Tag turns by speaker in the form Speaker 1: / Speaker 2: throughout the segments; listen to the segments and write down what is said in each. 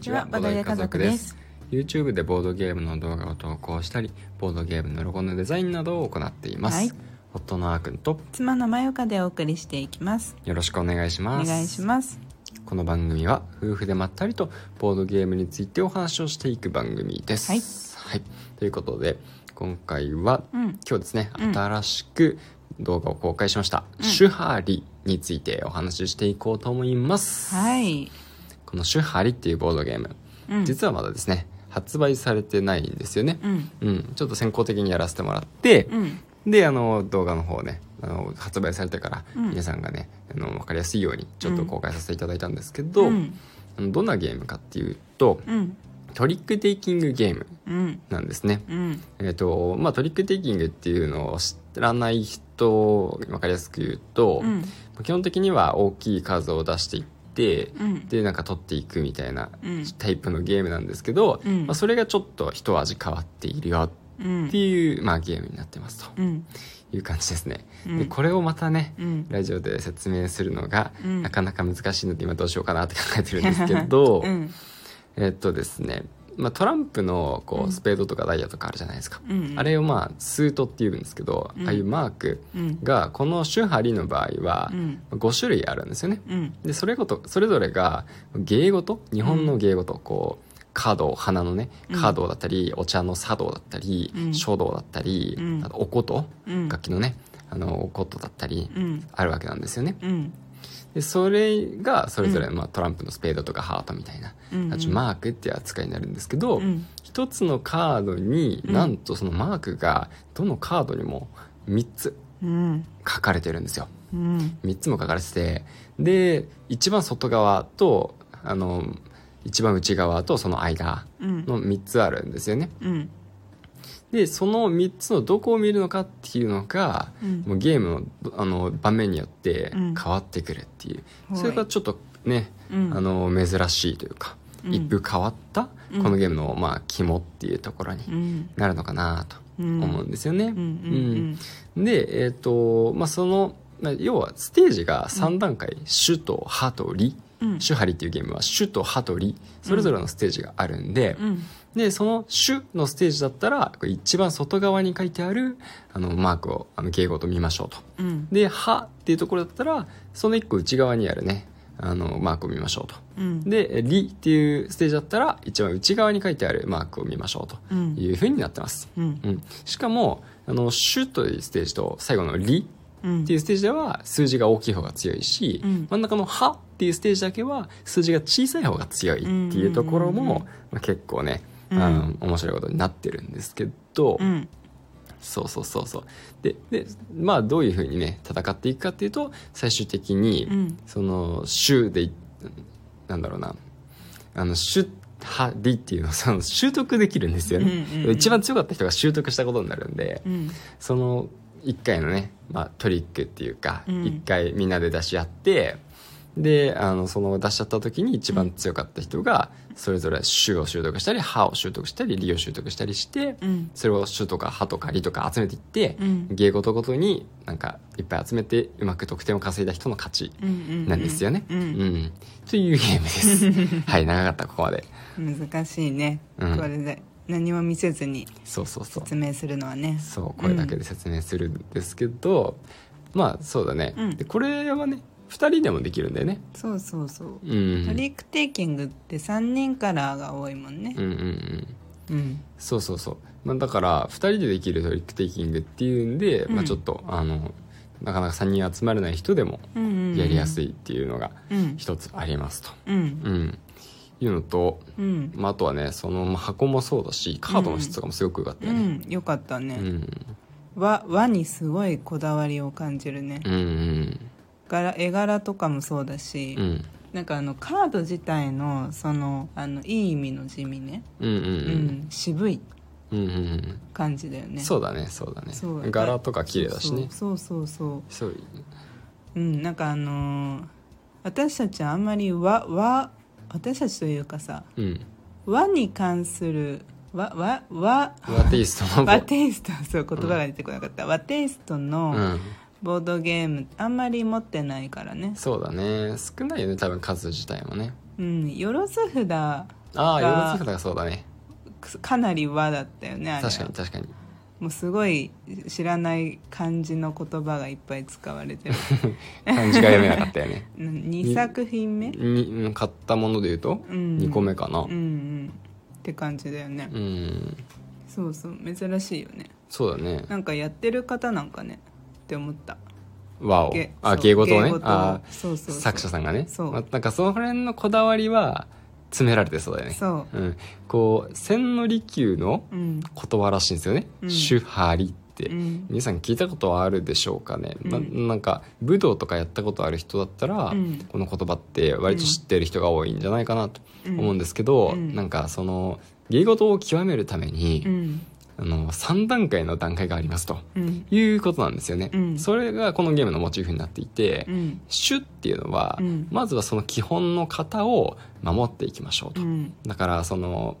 Speaker 1: ちはボドゲ家族です
Speaker 2: YouTube でボードゲームの動画を投稿したりボードゲームのロゴのデザインなどを行っています、
Speaker 1: はい
Speaker 2: 夫のあーくんと
Speaker 1: 妻のまよかでお送りしていきます
Speaker 2: よろしくお願いし
Speaker 1: お
Speaker 2: ます
Speaker 1: 願いします
Speaker 2: この番組は夫婦でまったりとボードゲームについてお話をしていく番組です。
Speaker 1: は
Speaker 2: は
Speaker 1: い
Speaker 2: いということで今回は、
Speaker 1: うん
Speaker 2: 今日ですね
Speaker 1: うん
Speaker 2: 新しく動画を公開しました「
Speaker 1: うん
Speaker 2: 手張り」についてお話ししていこうと思います。
Speaker 1: はい、
Speaker 2: この「手張り」っていうボードゲーム、
Speaker 1: うん、
Speaker 2: 実はまだですね発売されてないんですよね。
Speaker 1: うん
Speaker 2: うん、ちょっと先行的にやらせてもらって、
Speaker 1: うん
Speaker 2: であの動画の方ねあの発売されてから
Speaker 1: うん
Speaker 2: 皆さんがね、あの分かりやすいようにちょっと公開させていただいたんですけど、
Speaker 1: うん
Speaker 2: あのどんなゲームかっていうと
Speaker 1: うん
Speaker 2: トリックテイキングゲーム
Speaker 1: うん
Speaker 2: なんですね。
Speaker 1: うん
Speaker 2: えっとまあ、トリックテイキングっていうのを知らない人を分かりやすく言うと、
Speaker 1: うん
Speaker 2: 基本的には大きい数を出していって、
Speaker 1: うん
Speaker 2: でなんか取っていくみたいな
Speaker 1: うん
Speaker 2: タイプのゲームなんですけど、
Speaker 1: うん
Speaker 2: まあ、それがちょっと一味変わっているよ
Speaker 1: うん
Speaker 2: っていう、まあ、ゲームになってますと
Speaker 1: うん
Speaker 2: いう感じですね。
Speaker 1: うん
Speaker 2: でこれをまたね
Speaker 1: うん
Speaker 2: ラジオで説明するのが、
Speaker 1: うん
Speaker 2: なかなか難しいので今どうしようかなって考えてるんですけど、
Speaker 1: うん
Speaker 2: えっとですね、まあ、トランプのこ
Speaker 1: うん
Speaker 2: うスペードとかダイヤとかあるじゃないですか、
Speaker 1: うん
Speaker 2: あれをまあスートっていうんですけど、
Speaker 1: うん
Speaker 2: ああいうマーク
Speaker 1: うん
Speaker 2: がこの手張りの場合は
Speaker 1: うん
Speaker 2: 5種類あるんですよね
Speaker 1: うん
Speaker 2: でそれごとそれぞれが芸ごと日本の芸ごとこう華道花のね
Speaker 1: うん
Speaker 2: 華道だったりお茶の茶道だったり
Speaker 1: うん
Speaker 2: 書道だったり
Speaker 1: うん
Speaker 2: あとお琴
Speaker 1: うん
Speaker 2: 楽器のねあのお琴だったり
Speaker 1: うん
Speaker 2: あるわけなんですよね
Speaker 1: うん
Speaker 2: でそれがそれぞれ
Speaker 1: う
Speaker 2: まあトランプのスペードとかハートみたいな
Speaker 1: うん
Speaker 2: あちょマークって扱いになるんですけど、
Speaker 1: うん
Speaker 2: 一つのカードに
Speaker 1: うん
Speaker 2: なんとそのマークがどのカードにも3つ
Speaker 1: うん
Speaker 2: 書かれてるんですよ
Speaker 1: うん
Speaker 2: 3つも書かれててで一番外側とあの一番内側とその間
Speaker 1: うん
Speaker 2: の3つあるんですよね
Speaker 1: うん
Speaker 2: でその3つのどこを見るのかっていうのが
Speaker 1: うん
Speaker 2: もうゲームのあの場面によって
Speaker 1: うん
Speaker 2: 変わってくるっていう、
Speaker 1: はい
Speaker 2: それがちょっとね
Speaker 1: うん
Speaker 2: あの珍しいというか、
Speaker 1: うん
Speaker 2: 一風変わった
Speaker 1: うん
Speaker 2: このゲームの、まあ、肝っていうところに
Speaker 1: うん
Speaker 2: なるのかなと
Speaker 1: うん
Speaker 2: 思うんですよね。
Speaker 1: うんうん
Speaker 2: で、えっとまあ、その、まあ、要はステージが3段階「主」と「歯」と「理」
Speaker 1: うん
Speaker 2: 「主張り」っていうゲームは「主」と「歯」と「理」それぞれのステージがあるんで、
Speaker 1: うん
Speaker 2: でその「主」のステージだったらこれ一番外側に書いてあるあのマークをあの敬語と見ましょうと。
Speaker 1: うん
Speaker 2: で「歯」っていうところだったらその1個内側にあるねあのマークを見ましょうと。
Speaker 1: うん
Speaker 2: で「理」っていうステージだったら一番内側に書いてあるマークを見ましょうと
Speaker 1: うん
Speaker 2: いうふうになってます、
Speaker 1: うん
Speaker 2: うん、しかもあの「主」というステージと最後の「理」
Speaker 1: うん
Speaker 2: っていうステージでは数字が大きい方が強いし、
Speaker 1: うん
Speaker 2: 真ん中の「は」っていうステージだけは数字が小さい方が強いっていうところ
Speaker 1: うんうんうん
Speaker 2: も、まあ、結構ね、
Speaker 1: うん
Speaker 2: あの面白いことになってるんですけど、
Speaker 1: うん
Speaker 2: そうそうそうそうででまあどういうふうにね戦っていくかっていうと最終的に、
Speaker 1: うん
Speaker 2: その州でいなんだろうなあの州はりっていうのをその習得できるんですよね、
Speaker 1: うんうんうん
Speaker 2: 一番強かった人が習得したことになるんで、
Speaker 1: うん
Speaker 2: その1回のね、まあ、トリックっていうか、
Speaker 1: うん
Speaker 2: 1回みんなで出し合ってであのその出し合った時に一番強かった人がそれぞれ州を習得したり歯を習得したり理を習得したりして、
Speaker 1: うん
Speaker 2: それを種とか歯とか理とか集めていって、
Speaker 1: うん
Speaker 2: 芸事ごとになんかいっぱい集めてうまく得点を稼いだ人の勝ち
Speaker 1: うん
Speaker 2: なんですよね。
Speaker 1: う
Speaker 2: うんんというゲームです。 はい長かったここまで。
Speaker 1: 難しいねこ
Speaker 2: うん
Speaker 1: れで何も見せずに
Speaker 2: そうそうそう
Speaker 1: 説明するのはね
Speaker 2: そうこれだけで説明するんですけど、まあそうだね、
Speaker 1: うん
Speaker 2: でこれはね2人でもできるんだよね。
Speaker 1: そうそうそう
Speaker 2: うん、
Speaker 1: トリックテイキングって3人カラーが多いもんね
Speaker 2: うんうんうん
Speaker 1: うん
Speaker 2: そうそうそう、まあ、だから2人でできるトリックテイキングっていうんで、
Speaker 1: うん
Speaker 2: まあ、ちょっとあのなかなか3人集まれない人でも
Speaker 1: うんうんうん
Speaker 2: やりやすいっていうのが
Speaker 1: うん
Speaker 2: 一つありますと、
Speaker 1: うん
Speaker 2: うん、いうのと、
Speaker 1: うん
Speaker 2: まあ、あとはねそのまあ箱もそうだしカードの質とかもすごく良かった
Speaker 1: う
Speaker 2: よね、
Speaker 1: んよかった
Speaker 2: うんう
Speaker 1: ね
Speaker 2: ん、
Speaker 1: 和和にすごいこだわりを感じるね
Speaker 2: うんうん
Speaker 1: 柄絵柄とかもそうだし
Speaker 2: うんうん
Speaker 1: なんかあのカード自体のそのあのいい意味の地味ね、
Speaker 2: うんう
Speaker 1: うん
Speaker 2: ん
Speaker 1: 渋い
Speaker 2: うんうん
Speaker 1: 感じだよ
Speaker 2: う
Speaker 1: ね
Speaker 2: んそううだねそうだね
Speaker 1: そう
Speaker 2: 柄とか綺麗だしね
Speaker 1: そうそうそう
Speaker 2: そう
Speaker 1: そううんなんかあのー私たちはあんまり和和私たちというかさ
Speaker 2: うん
Speaker 1: 和に関する和和和
Speaker 2: 和テイス トも
Speaker 1: 和テイストそう言葉が出てこなかった、和テイスト
Speaker 2: う
Speaker 1: の
Speaker 2: ん
Speaker 1: ボードゲームあんまり持ってないからね
Speaker 2: そうだね少ないよね多分数自体もね
Speaker 1: うんよろず札
Speaker 2: ああヨーロツフだからそうだね
Speaker 1: くかなり和だったよねあれは
Speaker 2: 確かに確かに
Speaker 1: もうすごい知らない漢字の言葉がいっぱい使わ れてる
Speaker 2: 漢字が読めなかったよ ね
Speaker 1: 2作品目
Speaker 2: にうん買ったもので言うと
Speaker 1: うん
Speaker 2: 2個目かな
Speaker 1: うんうんって感じだよね、
Speaker 2: うん
Speaker 1: そうそう珍しいよね
Speaker 2: そうだね
Speaker 1: なんかやってる方なんかねって思った
Speaker 2: 和を
Speaker 1: げ
Speaker 2: あ
Speaker 1: そう
Speaker 2: 芸事をね
Speaker 1: 芸事
Speaker 2: あー
Speaker 1: そうそうそう
Speaker 2: 作者さんがね
Speaker 1: そう
Speaker 2: まあなんかその辺のこだわりは詰められてそうだよね
Speaker 1: そ
Speaker 2: うん、こう千利休の
Speaker 1: ううん
Speaker 2: 言葉らしいんですよね「
Speaker 1: うん
Speaker 2: 手張り」って、
Speaker 1: うん
Speaker 2: 皆さん聞いたことはあるでしょうかね、
Speaker 1: うん
Speaker 2: ななんか武道とかやったことある人だったら、
Speaker 1: うん
Speaker 2: この言葉って割と知ってる人が多いんじゃないかなと思うんですけど、
Speaker 1: うん
Speaker 2: なんかその芸事を極めるため
Speaker 1: う
Speaker 2: に、
Speaker 1: ん
Speaker 2: あの3段階の段階がありますと
Speaker 1: うん
Speaker 2: いうことなんですよね、
Speaker 1: うん
Speaker 2: それがこのゲームのモチーフになっていて、
Speaker 1: うん
Speaker 2: 手っていうのは、
Speaker 1: うん
Speaker 2: まずはその基本の型を守っていきましょうと
Speaker 1: う、ん
Speaker 2: だからその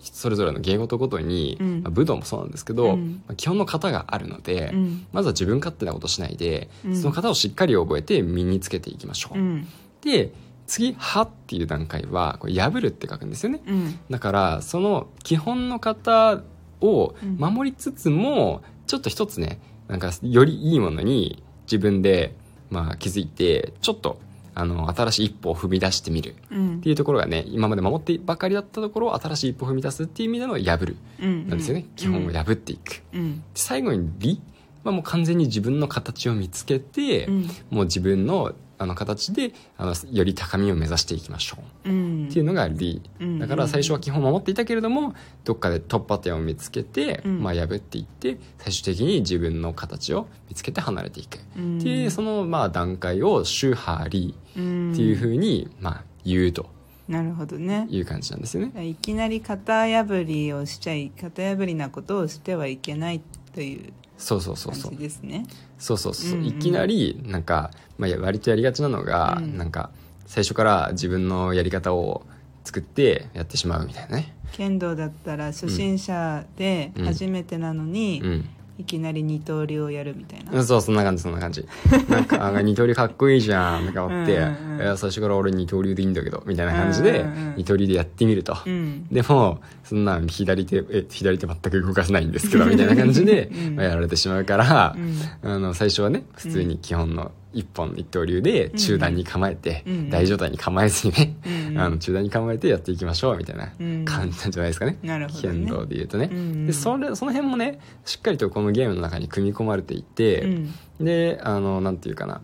Speaker 2: それぞれの芸事ごとに、
Speaker 1: うん
Speaker 2: まあ武道もそうなんですけど、
Speaker 1: うん
Speaker 2: まあ基本の型があるので、
Speaker 1: うん
Speaker 2: まずは自分勝手なことしないで、
Speaker 1: うん
Speaker 2: その型をしっかり覚えて身につけていきましょう、
Speaker 1: うん
Speaker 2: で次「は」っていう段階はこれ破るって書くんですよね
Speaker 1: うん
Speaker 2: だからその基本の型を
Speaker 1: うん
Speaker 2: 守りつつも、ちょっと一つねなんかよりいいものに自分で、まあ、気づいてちょっとあの新しい一歩を踏み出してみる
Speaker 1: う
Speaker 2: っ
Speaker 1: ん
Speaker 2: ていうところがね今まで守ってばかりだったところを新しい一歩踏み出すっていう意味での破る
Speaker 1: うん
Speaker 2: なんですよね、基本を破っていくで
Speaker 1: うん
Speaker 2: 最後に「理」はもう完全に自分の形を見つけて、
Speaker 1: うん
Speaker 2: もう自分のあの形であのより高みを目指していきましょう
Speaker 1: うん
Speaker 2: っていうのが理
Speaker 1: うん
Speaker 2: だから最初は基本守っていたけれどもどっかで突破点を見つけて、
Speaker 1: うん
Speaker 2: まあ、破っていって最終的に自分の形を見つけて離れていく
Speaker 1: うん
Speaker 2: っていうそのまあ段階を「周波理」
Speaker 1: うん
Speaker 2: っていうふうにまあ言うと
Speaker 1: なるほどね
Speaker 2: いう感じなんですよね。
Speaker 1: いきなり型破りをしちゃい型破りなことをしてはいけないという
Speaker 2: そうそうそう
Speaker 1: 感
Speaker 2: そう
Speaker 1: じですね
Speaker 2: そうそうそう、
Speaker 1: うんうん
Speaker 2: いきなりなんか、まあ、や割とやりがちなのが、
Speaker 1: うん
Speaker 2: なんか最初から自分のやり方を作ってやってしまうみたいなね
Speaker 1: 剣道だったら初心者で
Speaker 2: うん
Speaker 1: 初めてなのに、
Speaker 2: うん
Speaker 1: いきなり二刀流をやるみたいな、
Speaker 2: うんそうそんな感じそんな感じなんかあ二刀流かっこいいじゃんとか思って、
Speaker 1: うんうんうん
Speaker 2: いや最初から俺二刀流でいいんだけどみたいな感じで、
Speaker 1: うんうんうん
Speaker 2: 二刀流でやってみると、
Speaker 1: うん
Speaker 2: でもそんな左手え左手全く動かせないんですけ どみたいな感じで、
Speaker 1: うん
Speaker 2: まあやられてしまうから、
Speaker 1: うん
Speaker 2: あの最初はね普通に基本の一本一刀流で
Speaker 1: ん
Speaker 2: 中段に構えて、
Speaker 1: うん
Speaker 2: 大上段に構えずにね、
Speaker 1: うん
Speaker 2: あの中段に構えてやっていきましょうみたいな
Speaker 1: うん
Speaker 2: 感じなんじゃないですかね。
Speaker 1: なるほどね
Speaker 2: 剣道で言うとね、
Speaker 1: うん
Speaker 2: でそれその辺もねしっかりとこのゲームの中に組み込まれていて、
Speaker 1: うん
Speaker 2: であのなんていうかな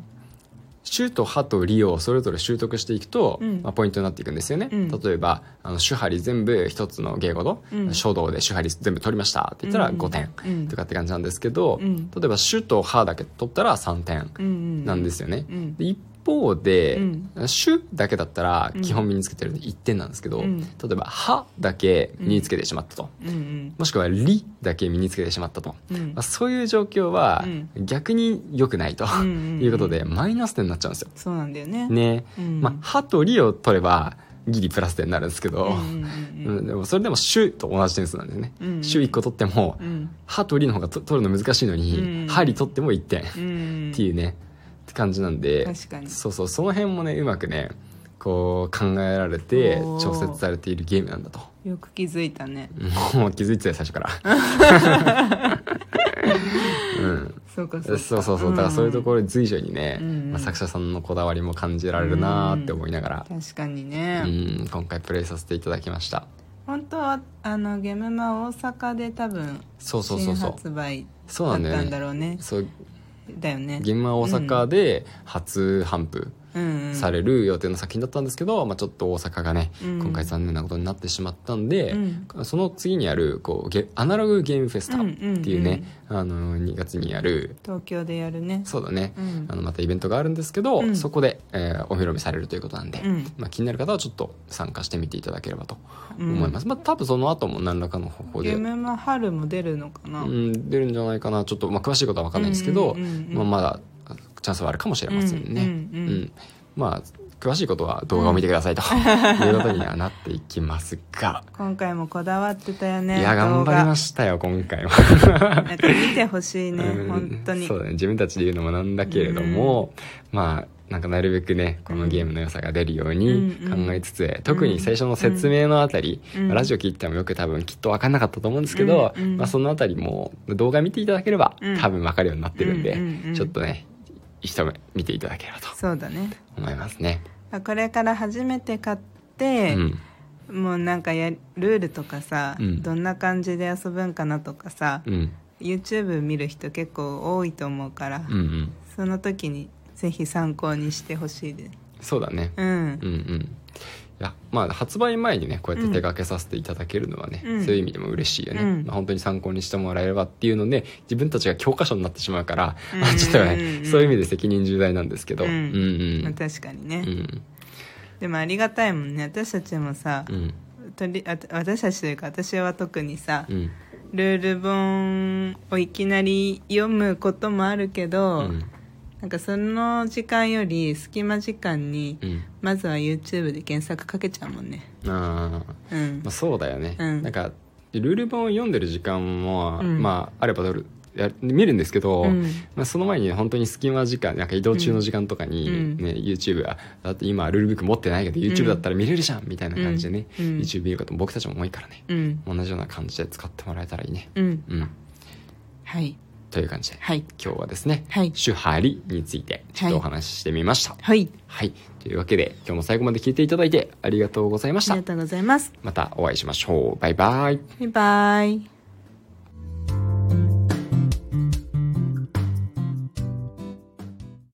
Speaker 2: 州と歯と利をそれぞれ習得していくと、
Speaker 1: うん
Speaker 2: まあ、ポイントになっていくんですよね、
Speaker 1: うん
Speaker 2: 例えばあの手張り全部一つの芸事、
Speaker 1: うん
Speaker 2: 書道で手張り全部取りましたって言ったら
Speaker 1: うん
Speaker 2: 5点
Speaker 1: うん
Speaker 2: とかって感じなんですけど、
Speaker 1: うん
Speaker 2: 例えば州と歯だけ取ったら3点
Speaker 1: うんうん
Speaker 2: なんですすよね、
Speaker 1: うん
Speaker 2: で一方で
Speaker 1: うん
Speaker 2: 種だけだったら
Speaker 1: うん
Speaker 2: 基本身につけてるんで1点なんですけど、
Speaker 1: うん
Speaker 2: 例えば歯だけ身につけてしまったと、
Speaker 1: うん
Speaker 2: もしくは理だけ身につけてしまったと、
Speaker 1: うんうん
Speaker 2: まあ、そういう状況は
Speaker 1: うん
Speaker 2: 逆に良くないと、
Speaker 1: んうんうん
Speaker 2: いうことでマイナス点になっちゃうんですよ。
Speaker 1: そうなんだよね
Speaker 2: ね、
Speaker 1: うん
Speaker 2: まあ歯と理を取ればギリプラス点になるんですけど、
Speaker 1: うんうん
Speaker 2: うんでもそれでも種と同じ点数なんですね。
Speaker 1: うんうん
Speaker 2: 種1個取っても
Speaker 1: うんうん
Speaker 2: 歯と理の方がと取るの難しいのに、
Speaker 1: うん
Speaker 2: 針取っても1点っ
Speaker 1: うん
Speaker 2: ていうね、って感じなんで
Speaker 1: 確かに
Speaker 2: そうそうその辺もねうまくねこう考えられて
Speaker 1: おー
Speaker 2: 調節されているゲームなんだと。
Speaker 1: よく気づいたね
Speaker 2: もう気づいてたよ最初から。うん
Speaker 1: そうかそうか
Speaker 2: そうそうそうだからそういうところに随所にね、
Speaker 1: うんうん
Speaker 2: まあ、作者さんのこだわりも感じられるなーって思いながら、
Speaker 1: 確かに
Speaker 2: う
Speaker 1: ね、
Speaker 2: ん今回プレイさせていただきました
Speaker 1: 本当はあのゲームマ大阪で多分
Speaker 2: そうそうそ
Speaker 1: 新
Speaker 2: うそう
Speaker 1: 発売
Speaker 2: そう
Speaker 1: だ
Speaker 2: なんだ
Speaker 1: った
Speaker 2: よ
Speaker 1: んだ
Speaker 2: ね
Speaker 1: ろうね
Speaker 2: そう
Speaker 1: だよね
Speaker 2: 現場大阪で初頒布
Speaker 1: うんうん
Speaker 2: される予定の作品だったんですけど、まあ、ちょっと大阪がね、
Speaker 1: うん
Speaker 2: 今回残念なことになってしまったんで、
Speaker 1: うん
Speaker 2: その次にあるこうゲアナログゲームフェスタっていうね、あの2月にやる
Speaker 1: 東京でやるね
Speaker 2: そうだね、
Speaker 1: うん
Speaker 2: あのまたイベントがあるんですけど、
Speaker 1: うん
Speaker 2: そこで、えーお披露目されるということなんで、
Speaker 1: うん
Speaker 2: まあ、気になる方はちょっと参加してみていただければと
Speaker 1: うん
Speaker 2: 思います、まあ多分その後も何らかの方法
Speaker 1: ゲ
Speaker 2: で、
Speaker 1: ー
Speaker 2: う
Speaker 1: ムマ春も出るのかな、
Speaker 2: ん、出るんじゃないかなちょっと、まあ、詳しいことは分かんないですけど、
Speaker 1: うんうんうんうん
Speaker 2: まあ、まだチャンスはあるかもしれませんね、
Speaker 1: うんうんうん
Speaker 2: まあ詳しいことは動画を見てくださいと、 いうことにはなっていきますが、
Speaker 1: 今回もこだわってたよ ね
Speaker 2: いや頑張りま
Speaker 1: し
Speaker 2: したよ今回は。
Speaker 1: た見てほしいね
Speaker 2: うん
Speaker 1: 本当に
Speaker 2: そうだね自分たちで言うのもなんだけれども、まあなんかなるべくねこのゲームの良さが出るように
Speaker 1: うん
Speaker 2: 考えつつ、特に最初の説明のあたり、
Speaker 1: うん
Speaker 2: まあラジオ聞いててもよく多分きっと分かんなかったと思うんですけど、
Speaker 1: うんうん
Speaker 2: まあ、そのあたりも動画見ていただければ、
Speaker 1: うん
Speaker 2: 多分分かるようになってるんで、
Speaker 1: うんうんうん
Speaker 2: ちょっとね一目見ていただければと
Speaker 1: そうだね
Speaker 2: 思いますね。
Speaker 1: これから初めて買って、
Speaker 2: うん
Speaker 1: もうなんかやルールとかさ、
Speaker 2: うん
Speaker 1: どんな感じで遊ぶんかなとかさ、
Speaker 2: うん
Speaker 1: YouTube 見る人結構多いと思うから、
Speaker 2: うんうん、
Speaker 1: その時にぜひ参考にしてほしいで
Speaker 2: そうだね、
Speaker 1: うん
Speaker 2: うんうんいやまあ発売前にねこうやって手掛けさせていただけるのはね、
Speaker 1: うん
Speaker 2: そういう意味でも嬉しいよね、
Speaker 1: うん
Speaker 2: まあ、本当に参考にしてもらえればっていうので自分たちが教科書になってしまうから、
Speaker 1: う ん
Speaker 2: まあちょっとね、
Speaker 1: うん
Speaker 2: そういう意味で責任重大なんですけど、
Speaker 1: うん
Speaker 2: うん
Speaker 1: まあ確かにね
Speaker 2: うん、うん
Speaker 1: でもありがたいもんね私たちもさ、
Speaker 2: うん
Speaker 1: とりあ私たちというか私は特にさ、
Speaker 2: うん
Speaker 1: ルール本をいきなり読むこともあるけど、
Speaker 2: うん
Speaker 1: なんかその時間より隙間時間に、
Speaker 2: うん
Speaker 1: まずは YouTube で検索かけちゃうもんね
Speaker 2: あー
Speaker 1: うん
Speaker 2: まあ、そうだよね、
Speaker 1: うん
Speaker 2: なんかルール本を読んでる時間も、
Speaker 1: うん
Speaker 2: まああれば取るや見るんですけど、
Speaker 1: うん
Speaker 2: まあ、その前に本当に隙間時間なんか移動中の時間とかに、
Speaker 1: うん
Speaker 2: ね YouTube はだって今ルールブック持ってないけど YouTube だったら見れるじゃんみたいな感じでね、
Speaker 1: うんうん
Speaker 2: YouTube 見ることも僕たちも多いからね、
Speaker 1: うん
Speaker 2: 同じような感じで使ってもらえたらいいね
Speaker 1: うん
Speaker 2: うん
Speaker 1: はい
Speaker 2: という感じで、
Speaker 1: はい
Speaker 2: 今日はですね「
Speaker 1: はい
Speaker 2: 主張り」についてちょっとお話ししてみました、
Speaker 1: はい
Speaker 2: はい、というわけで今日も最後まで聞いていただいてありがとうございました
Speaker 1: ありがとうございます
Speaker 2: またお会いしましょうバイバイ
Speaker 1: バイバイ